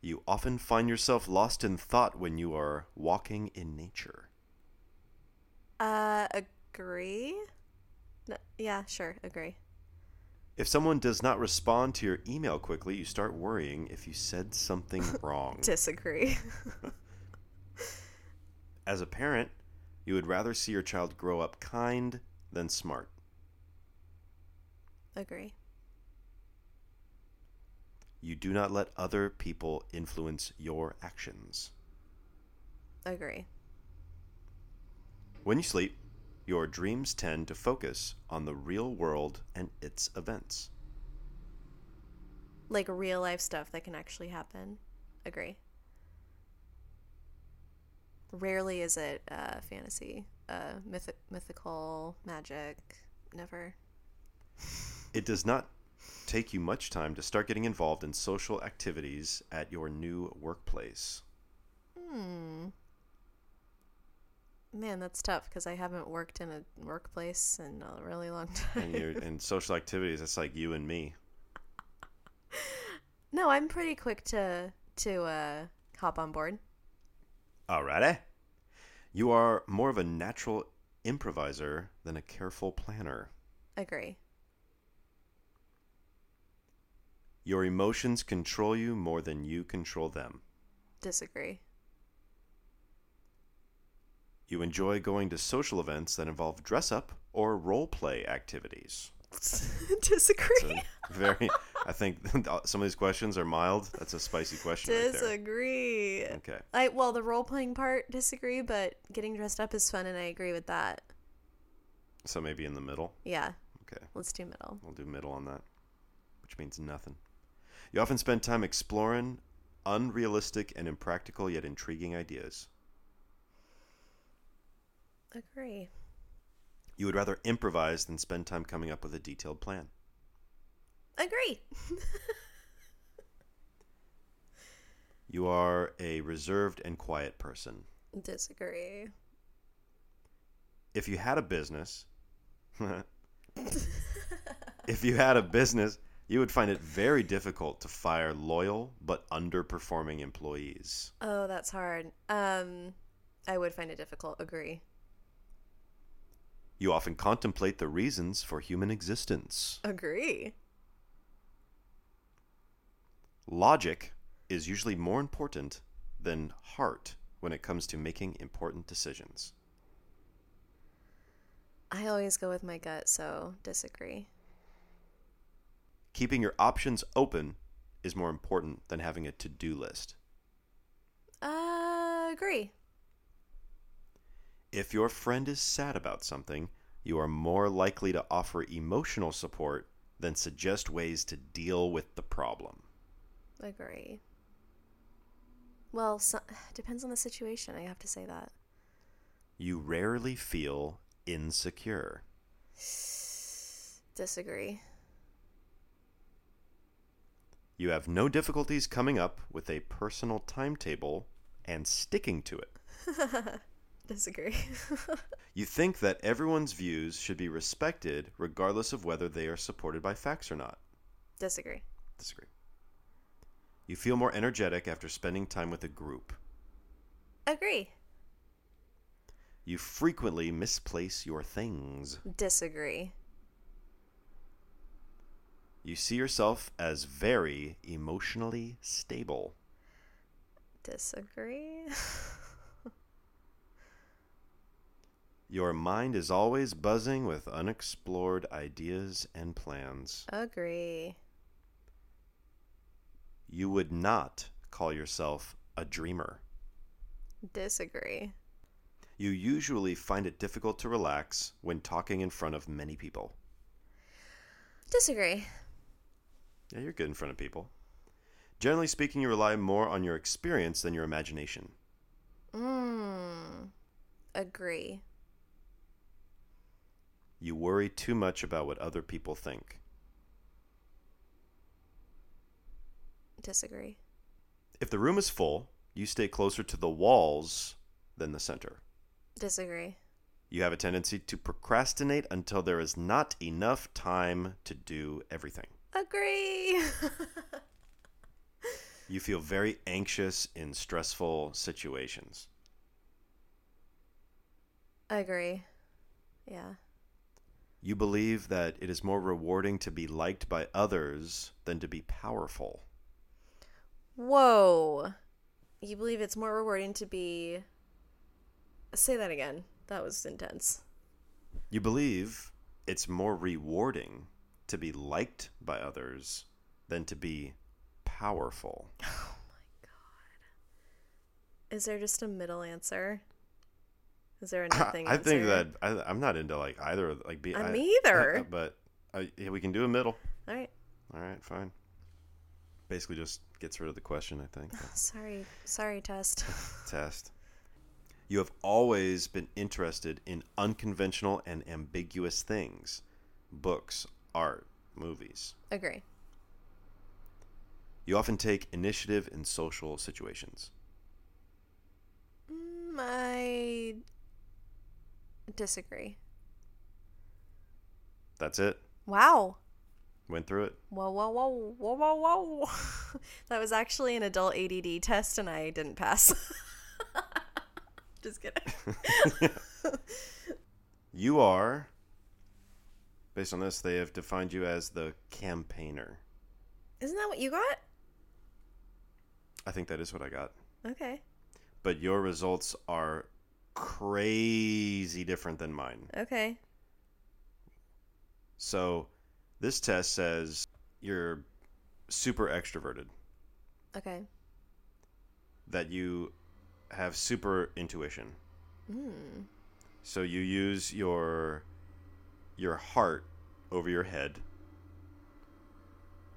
You often find yourself lost in thought when you are walking in nature.
Uh, agree. No, yeah, sure. Agree.
If someone does not respond to your email quickly, you start worrying if you said something wrong.
Disagree.
As a parent, you would rather see your child grow up kind than smart.
agree.
You do not let other people influence your actions.
Agree.
When you sleep, your dreams tend to focus on the real world and its events.
Like real life stuff that can actually happen. Agree. Rarely is it uh, fantasy, uh, myth- mythical, magic. Never.
It does not take you much time to start getting involved in social activities at your new workplace.
Hmm. Man, that's tough because I haven't worked in a workplace in a really long
And,
time.
you're, and social activities, that's like you and me.
No, I'm pretty quick to to uh, hop on board.
Alrighty. You are more of a natural improviser than a careful planner.
Agree.
Your emotions control you more than you control them.
Disagree.
You enjoy going to social events that involve dress up or role play activities. So
Disagree.
very, I think some of these questions are mild. That's a spicy question. Right there.
Disagree.
Okay.
I well, the role playing part disagree, but getting dressed up is fun, and I agree with that.
So maybe in the middle.
Yeah,
Okay.
let's do middle.
We'll do middle on that, which means nothing. You often spend time exploring unrealistic and impractical yet intriguing ideas.
Agree.
You would rather improvise than spend time coming up with a detailed plan.
Agree.
You are a reserved and quiet person.
Disagree.
If you had a business, if you had a business, you would find it very difficult to fire loyal but underperforming employees.
Oh, that's hard. Um, I would find it difficult. Agree.
You often contemplate the reasons for human existence.
Agree.
Logic is usually more important than heart when it comes to making important decisions.
I always go with my gut, so disagree.
Keeping your options open is more important than having a to do list.
Uh, agree.
If your friend is sad about something, you are more likely to offer emotional support than suggest ways to deal with the problem.
Agree. Well, so, depends on the situation. I have to say that.
You rarely feel insecure.
Disagree.
You have no difficulties coming up with a personal timetable and sticking to it.
Disagree.
You think that everyone's views should be respected regardless of whether they are supported by facts or not.
Disagree.
Disagree. You feel more energetic after spending time with a group.
Agree.
You frequently misplace your things.
Disagree.
You see yourself as very emotionally stable.
Disagree.
Your mind is always buzzing with unexplored ideas and plans.
Agree.
You would not call yourself a dreamer.
Disagree.
You usually find it difficult to relax when talking in front of many people.
Disagree.
Yeah, you're good in front of people. Generally speaking, you rely more on your experience than your imagination.
Mm. Agree.
You worry too much about what other people think.
Disagree.
If the room is full, you stay closer to the walls than the center.
Disagree.
You have a tendency to procrastinate until there is not enough time to do everything.
Agree.
You feel very anxious in stressful situations.
Agree. Yeah.
You believe that it is more rewarding to be liked by others than to be powerful.
Whoa. You believe it's more rewarding to be. Say that again. That was intense.
You believe it's more rewarding to be liked by others than to be powerful.
Is there just a middle answer? Is there a nothing?
I think
answer?
that I, I'm not into like either of like be
I'm
I-
neither.
but I, yeah, we can do a middle.
All right.
All right, fine. Basically, just gets rid of the question. I think
Sorry. Sorry, test.
test. You have always been interested in unconventional and ambiguous things, books, art, movies.
Agree.
You often take initiative in social situations.
Mm, I disagree.
That's it.
Wow.
Went through it.
Whoa, whoa, whoa, whoa, whoa, whoa. that was actually an adult ADD test and I didn't pass. Just kidding.
You are, based on this, they have defined you as the campaigner.
Isn't that what you got?
I think that is what I got.
Okay.
But your results are crazy different than mine.
Okay.
So this test says you're super extroverted,
Okay.
that you have super intuition.
Mm.
So you use your your heart over your head.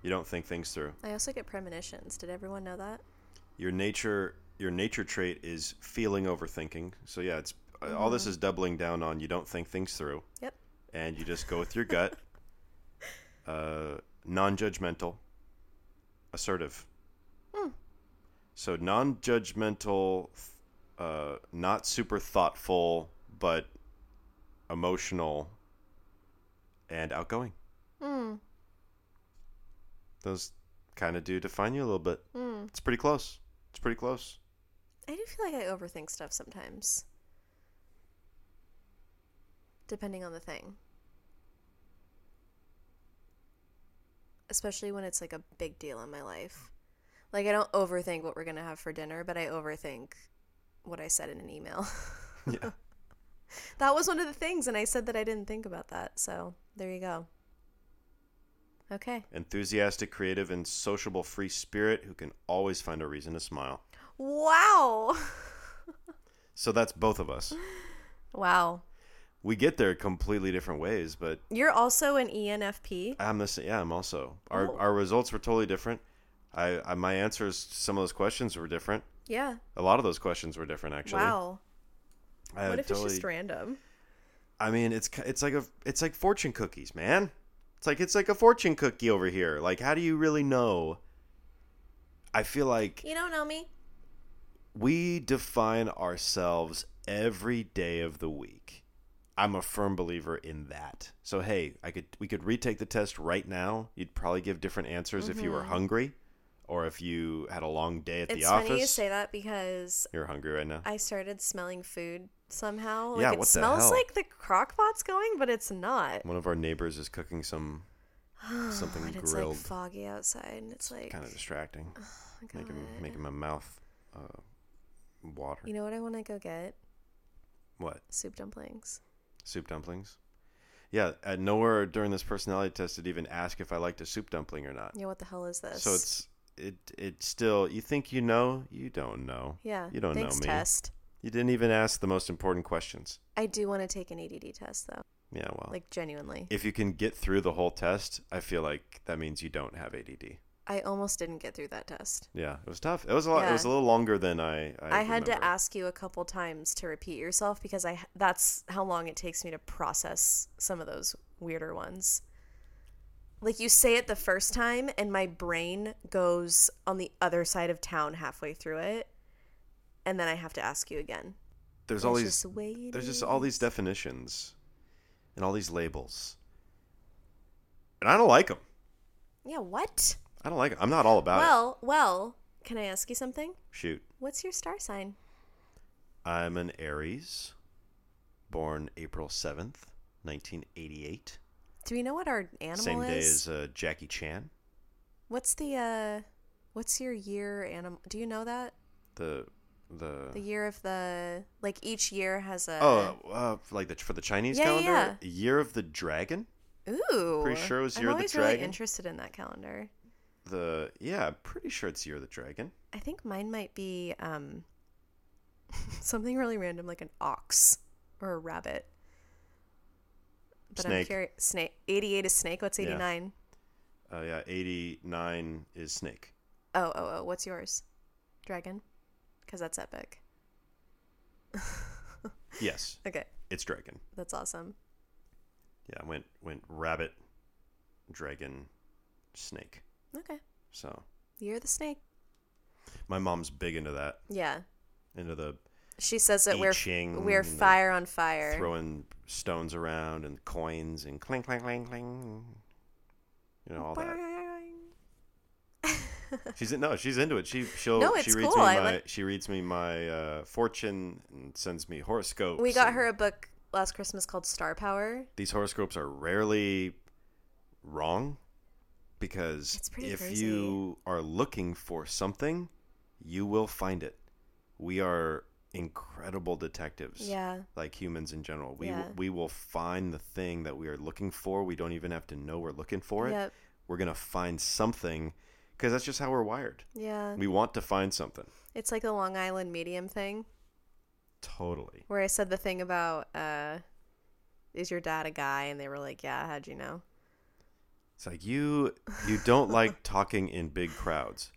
You don't think things through.
I also get premonitions. Did everyone know that?
Your nature your nature trait is feeling over thinking. So yeah, it's uh, all this is doubling down on you don't think things through.
Mm-hmm. Yep.
and you just go with your gut. uh, non-judgmental, assertive.
Hmm.
So non-judgmental, uh, not super thoughtful, but emotional and outgoing.
Mm.
Those kind of do define you a little bit.
Mm.
It's pretty close. It's pretty close.
I do feel like I overthink stuff sometimes. Depending on the thing. Especially when it's like a big deal in my life. Like I don't overthink what we're going to have for dinner, but I overthink what I said in an email.
Yeah.
that was one of the things and I said that I didn't think about that. So, there you go. Okay.
Enthusiastic, creative, and sociable free spirit who can always find a reason to smile.
Wow.
So that's both of us.
wow.
We get there completely different ways, but
You're also an E ENFP?
I'm the same. Yeah, I'm also. Our
Oh.
our results were totally different. I, I my answers to some of those questions were different.
Yeah.
A lot of those questions were different actually.
Wow.
I
what
would
if it's just random?
I mean, it's ki- it's like a it's like fortune cookies, man. It's like it's like a fortune cookie over here. Like, how do you really know? I feel like
You don't know me.
we define ourselves every day of the week. I'm a firm believer in that. So hey, I could we could retake the test right now. You'd probably give different answers if you were hungry, or if you had a long day at
Mm-hmm. It's
the
funny
office.
you say that because
You're hungry right now.
I started smelling food somehow. Like
Yeah,
it
what the
smells
hell?
like the crock pot's going, but it's not.
One of our neighbors is cooking some something
and it's
grilled.
like foggy outside and it's like
kind of distracting,
my
making
God.
making my mouth uh, water.
You know what I want to go get?
what
Soup dumplings.
soup dumplings? Yeah, at nowhere during this personality test did it even ask if I liked a soup dumpling or not.
Yeah, what the hell is this?
So it's it it's still you think you know you don't know.
yeah.
you don't
thanks,
know me.
test.
You didn't even ask the most important questions.
I do want to take an ADD test though,
Yeah, well,
like genuinely.
if you can get through the whole test, I feel like that means you don't have ADD.
I almost didn't get through that test.
Yeah, it was tough. It was a lot. It
Yeah.
was a little longer than I. I,
I, had to
remember.
ask you a couple times to repeat yourself because I that's how long it takes me to process some of those weirder ones. Like you say it the first time and my brain goes on the other side of town halfway through it and then I have to ask you again.
There's all these
It's just waiting.
there's just all these definitions and all these labels and i don't like them
Yeah, what?
i don't like 'em. i'm not all about it
Well, well, can I ask you something?
shoot
What's your star sign?
i'm an aries born april 7th 1988
Do we know what our animal
same
is?
day as uh, jackie chan
What's the uh what's your year animal? Do you know that?
the the,
The year of the like each year has a
oh uh, like the for the chinese
Yeah,
calendar
yeah,
year of the dragon
ooh.
Pretty sure it was Year
I'm
of the
always
Dragon.
really interested in that calendar.
the yeah I'm pretty sure it's year of the dragon
I think mine might be um something really random like an ox or a rabbit. But I'm
Snake.
curious. Snake. 88 is snake. What's
Yeah.
89?
uh, yeah 89 is snake
Oh, oh, oh. What's yours? Dragon? Because that's epic.
yes
Okay.
it's dragon
That's awesome.
yeah I went went rabbit dragon snake
Okay.
so
You're the snake.
my mom's big into that
Yeah.
into the
She says that
I
we're
Ching
we're
and the
fire on fire.
throwing stones around and coins and clang clang clang clang you know all that she's in, no she's into it she she'll
No,
she
it's
reads
cool.
me
I
my
like-
she reads me my uh, fortune and sends me horoscopes
We got
and
her a book last Christmas called Star Power.
these horoscopes are rarely wrong because
It's pretty
if
crazy.
you are looking for something, you will find it. We are incredible detectives.
Yeah.
Like humans in general, we
Yeah.
we will find the thing that we are looking for. We don't even have to know we're looking for it.
Yep.
We're gonna find something because that's just how we're wired.
Yeah.
We want to find something.
It's like the Long Island medium thing
Totally.
where I said the thing about uh is your dad a guy and they were like, "Yeah, how'd you know?"
It's like you you don't like talking in big crowds.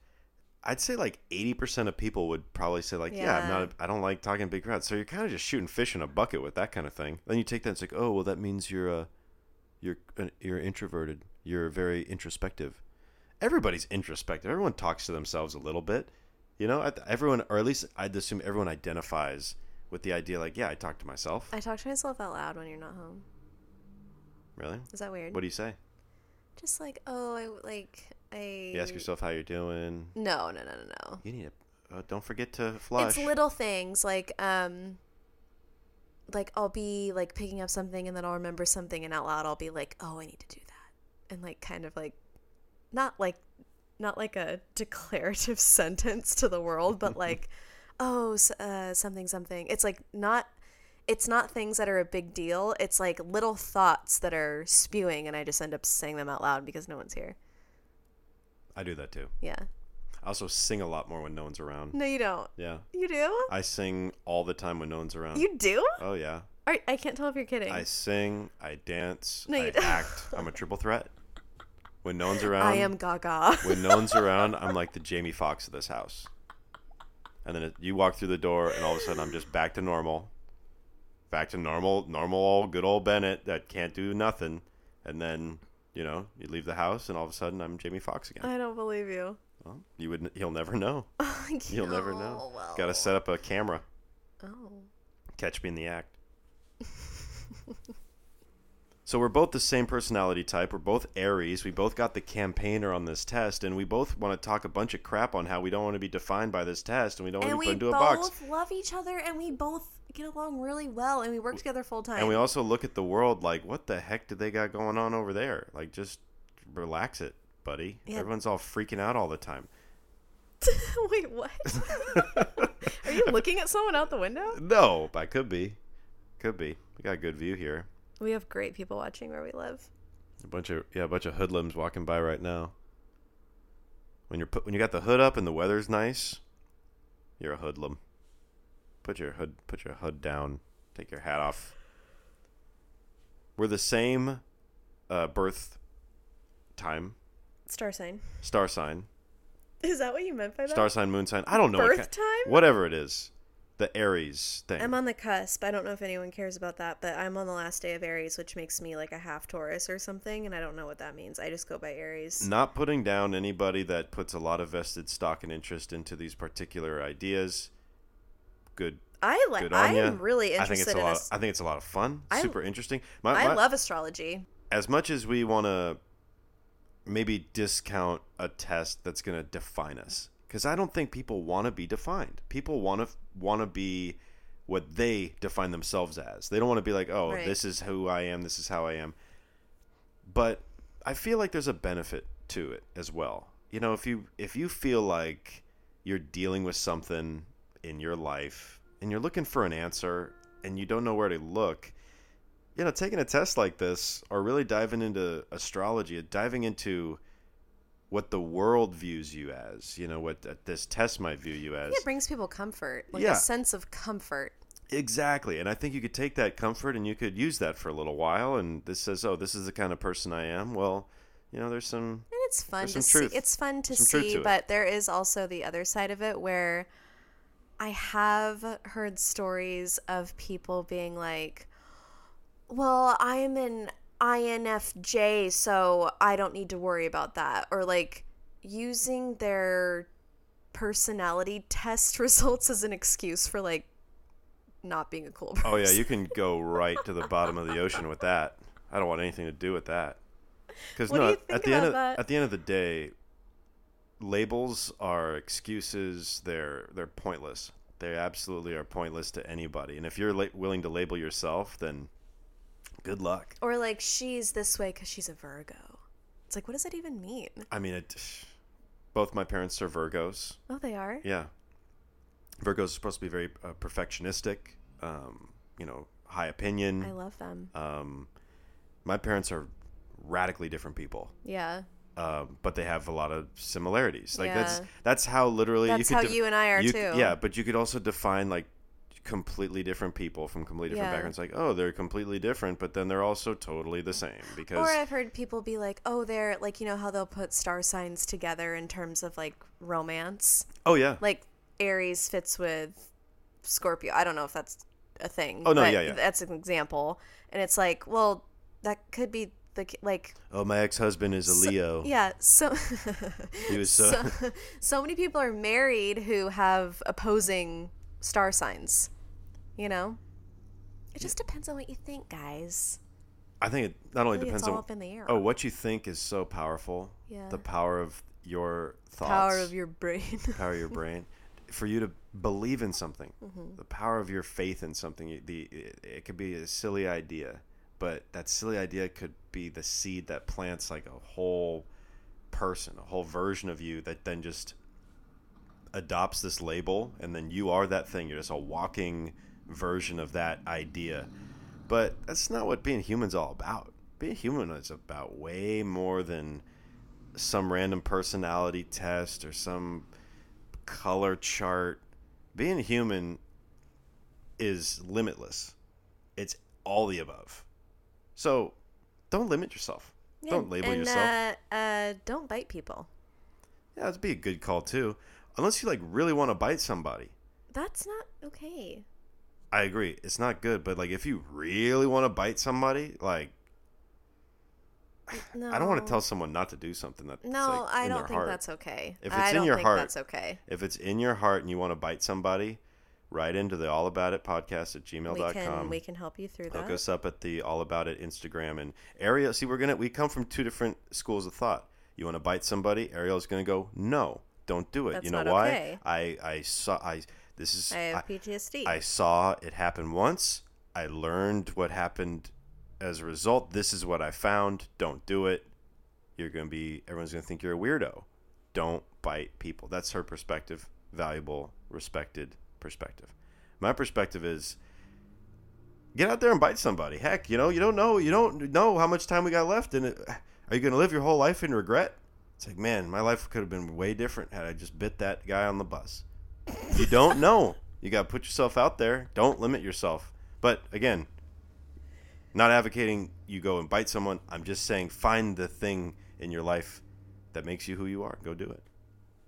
I'd say like eighty percent of people would probably say like, yeah, I'm
Yeah.
not, I don't like talking in big crowds. So you're kind of just shooting fish in a bucket with that kind of thing. Then you take that, it's like, oh, well, that means you're uh, you're uh, you're introverted. You're very introspective. Everybody's introspective. Everyone talks to themselves a little bit. You know, I- everyone, or at least I'd assume everyone identifies with the idea like, yeah, I talk to myself.
I talk to myself out loud when you're not home.
Really?
Is that weird?
What do you say?
Just like, "Oh, I like I
You ask yourself how you're doing.
No, no, no, no, no.
You need to. Uh, don't forget to flush.
It's little things like um like I'll be like picking up something and then I'll remember something and out loud I'll be like, "Oh, I need to do that." And like kind of like not like not like a declarative sentence to the world, but like, "Oh, s- uh, something something." It's like not it's not things that are a big deal. It's like little thoughts that are spewing and I just end up saying them out loud because no one's here.
I do that too.
Yeah.
I also sing a lot more when no one's around.
No, you don't.
Yeah,
You do?
I sing all the time when no one's around.
You do?
Oh yeah,
Are, I can't tell if you're kidding.
I sing, I dance,
No,
I
you don't.
act. I'm a triple threat. When no one's around,
I am Gaga.
Um, when no one's around, I'm like the Jamie Foxx of this house. And then it, you walk through the door, and all of a sudden, I'm just back to normal. back to normal, normal old good old Bennett that can't do nothing, and then you know you leave the house and all of a sudden I'm Jamie Foxx again.
I don't believe you.
well, you would you'll never know. You'll never know.
Oh, well.
Got to set up a camera.
Oh.
Catch me in the act. so we're both the same personality type. We're both Aries. We both got the campaigner on this test, and we both want to talk a bunch of crap on how we don't want to be defined by this test, and we don't want to
And
be
we
put into
both
a box.
love each other, and we both get along really well, and we work together full time.
And we also look at the world like, what the heck do they got going on over there? Like, just relax it, buddy.
Yeah.
Everyone's all freaking out all the time.
Wait, what? Are you looking at someone out the window?
No, but I could be. Could be. We got a good view here.
We have great people watching where we live.
A bunch of yeah, a bunch of hoodlums walking by right now. When you're put, when you got the hood up and the weather's nice, you're a hoodlum. Put your hood put your hood down. Take your hat off. We're the same uh, birth time,
Star sign.
star sign,
Is that what you meant by that?
star sign, moon sign. I don't know what
Birth
ki-
time?
whatever it is, the Aries thing.
I'm on the cusp. I don't know if anyone cares about that, but I'm on the last day of Aries, which makes me like a half Taurus or something, and I don't know what that means. I just go by Aries.
Not putting down anybody that puts a lot of vested stock and interest into these particular ideas. Good
I like.
good on ya.
I'm really
I think
interested
it's a
in.
lot.
ast-
I think it's a lot of fun.
I-
super interesting. My,
I
my-
love astrology.
as much as we want to maybe discount a test that's going to define us, because I don't think people want to be defined. People want to want to be what they define themselves as. They don't want to be like, oh,
Right.
this is who I am. This is how I am. But I feel like there's a benefit to it as well. You know, if you if you feel like you're dealing with something in your life and you're looking for an answer and you don't know where to look, you know, taking a test like this or really diving into astrology, diving into what the world views you as, you know, what th- this test might view you as.
It brings people comfort, like
Yeah.
a sense of comfort.
Exactly. And I think you could take that comfort and you could use that for a little while. And this says, oh, this is the kind of person I am. Well, you know, there's some.
And it's fun
There's some
to see.
truth.
It's fun to
Some truth
see,
to it.
but there is also the other side of it where I have heard stories of people being like, "Well, I'm an INFJ, so I don't need to worry about that," or like using their personality test results as an excuse for like not being a cool person.
Oh, yeah, you can go right to the bottom of the ocean with that. I don't want anything to do with that. Because,
What do
no,
you
at- at,
think
the end
about
of,
that?
at the end of the day, labels are excuses. They're, they're pointless. They absolutely are pointless to anybody. And if you're la- willing to label yourself, then good luck.
or like she's this way because she's a Virgo. It's like, what does that even mean?
I mean, it, both my parents are Virgos.
Oh, they are.
Yeah. Virgos are supposed to be very uh, perfectionistic, um, you know, high
I
opinion.
love them.
Um, my parents are radically different people,
Yeah.
um, but they have a lot of similarities. Like that's
Yeah.
that's how literally
That's
you
how
could
you and I are,
you-
too.
Yeah, but you could also define like completely different people from completely different
Yeah.
backgrounds. Like, oh, they're completely different, but then they're also totally the same because
Or I've heard people be like, oh, they're like, you know, how they'll put star signs together in terms of like romance.
oh yeah,
Like Aries fits with Scorpio. I don't know if that's a thing.
Oh, no,
but
yeah, yeah.
That's an example. And it's like, well, that could be the ca- like
oh my ex husband is a Leo.
yeah so
He was so-
so so many people are married who have opposing star signs you know it just depends on what you think guys
I think it not only
Really, it's
depends
all
on
up in the air
oh what you think is so powerful.
Yeah.
The power of your thoughts.
power of your brain
power of your brain. For you to believe in something, the power of your faith in something. you- The it, it could be a silly idea, but that silly idea could be the seed that plants like a whole person, a whole version of you that then just adopts this label, and then you are that thing. You're just a walking version of that idea. But that's not what being human's all about. Being human is about way more than some random personality test or some color chart. Being human is limitless. It's all the above. So don't limit yourself. don't
And-
label
and,
yourself.
Uh, uh, don't bite people.
yeah, that'd be a good call too. Unless you like really want to bite somebody.
That's not okay.
I agree. It's not good, but like if you really want to bite somebody, like
No.
I don't want to tell someone not to do something that's
No,
like,
I
in
don't
their
think
heart.
that's okay.
If
I
it's in
don't
your
think
heart-
that's okay.
If it's in your heart and you want to bite somebody, write into the All About It podcast at gmail.com.
We can we can help you through
Hook
that.
us up at the All About It Instagram and Ariel. See, we're gonna we come from two different schools of thought. You want to bite somebody, Ariel's gonna go, no, don't do it.
That's
you know
not
why?
okay.
I I saw I this is
I have PTSD.
I saw it happen once. I learned what happened as a result. This is what I found. Don't do it. You're going to be, everyone's going to think you're a weirdo. Don't bite people. That's her perspective. Valuable, respected perspective. My perspective is get out there and bite somebody. Heck, you know, you don't know, you don't know how much time we got left. And it, are you going to live your whole life in regret? It's like, man, my life could have been way different had I just bit that guy on the bus you don't know. You got to put yourself out there. Don't limit yourself. But again, not advocating you go and bite someone. I'm just saying find the thing in your life that makes you who you are. Go do it.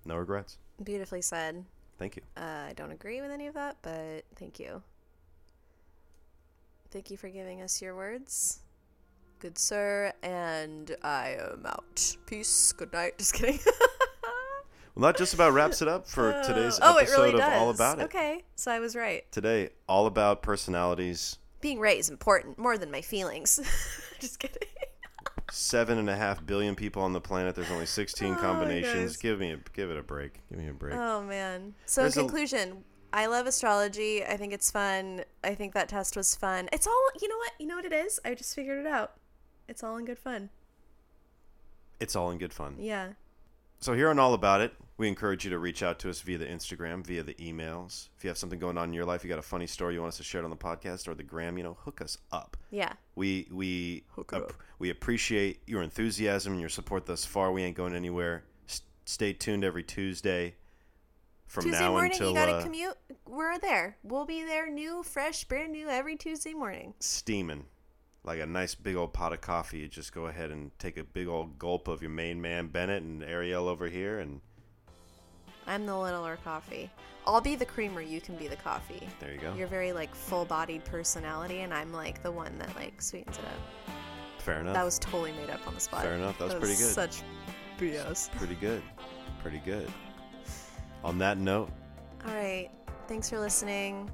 No regrets.
Beautifully said.
Thank you.
Uh, I don't agree with any of that, but thank you. Thank you for giving us your words. Good sir, and I am out. Peace. Good night. Just kidding.
Well, that just about wraps it up for today's
oh, it
episode
really
of
does.
All About It.
Okay, so I was right.
Today, all about personalities.
Being right is important, more than my feelings. Just kidding.
Seven and a half billion people on the planet. There's only 16
Oh,
combinations.
guys.
Give me a give it a break. Give me a break.
Oh man. So
There's a-
in conclusion, I love astrology. I think it's fun. I think that test was fun. It's all you know what you know what it is? I just figured it out. It's all in good fun.
It's all in good fun.
Yeah.
So here on All About It, we encourage you to reach out to us via the Instagram, via the emails. If you have something going on in your life, you got a funny story you want us to share it on the podcast or the gram, you know, hook us up.
Yeah.
We we
Hook it
ap-
up.
we appreciate your enthusiasm and your support thus far. We ain't going anywhere. S- stay tuned every Tuesday from
Tuesday
now
morning
until
you gotta
uh,
commute. We're there. We'll be there new, fresh, brand new every Tuesday morning.
steaming like a nice big old pot of coffee. You just go ahead and take a big old gulp of your main man Bennett and Ariel over here, and
I'm the littler coffee. I'll be the creamer, you can be the coffee.
there you go.
You're very like full bodied personality and I'm like the one that like sweetens it up.
Fair enough.
That was totally made up on the spot.
Fair enough. That was
that
pretty
was
good.
Such BS.
pretty good. Pretty good. On that note,
All right. Thanks for listening.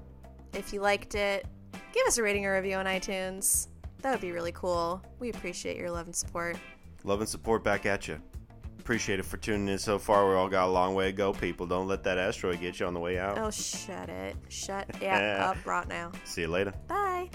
If you liked it, give us a rating or review on iTunes. That would be really cool. We appreciate your love and support.
love and support back at you. Appreciate it for tuning in so far. We all got a long way to go, people. Don't let that asteroid get you on the way out.
Oh, shut it. Shut it up right now.
See you later.
Bye.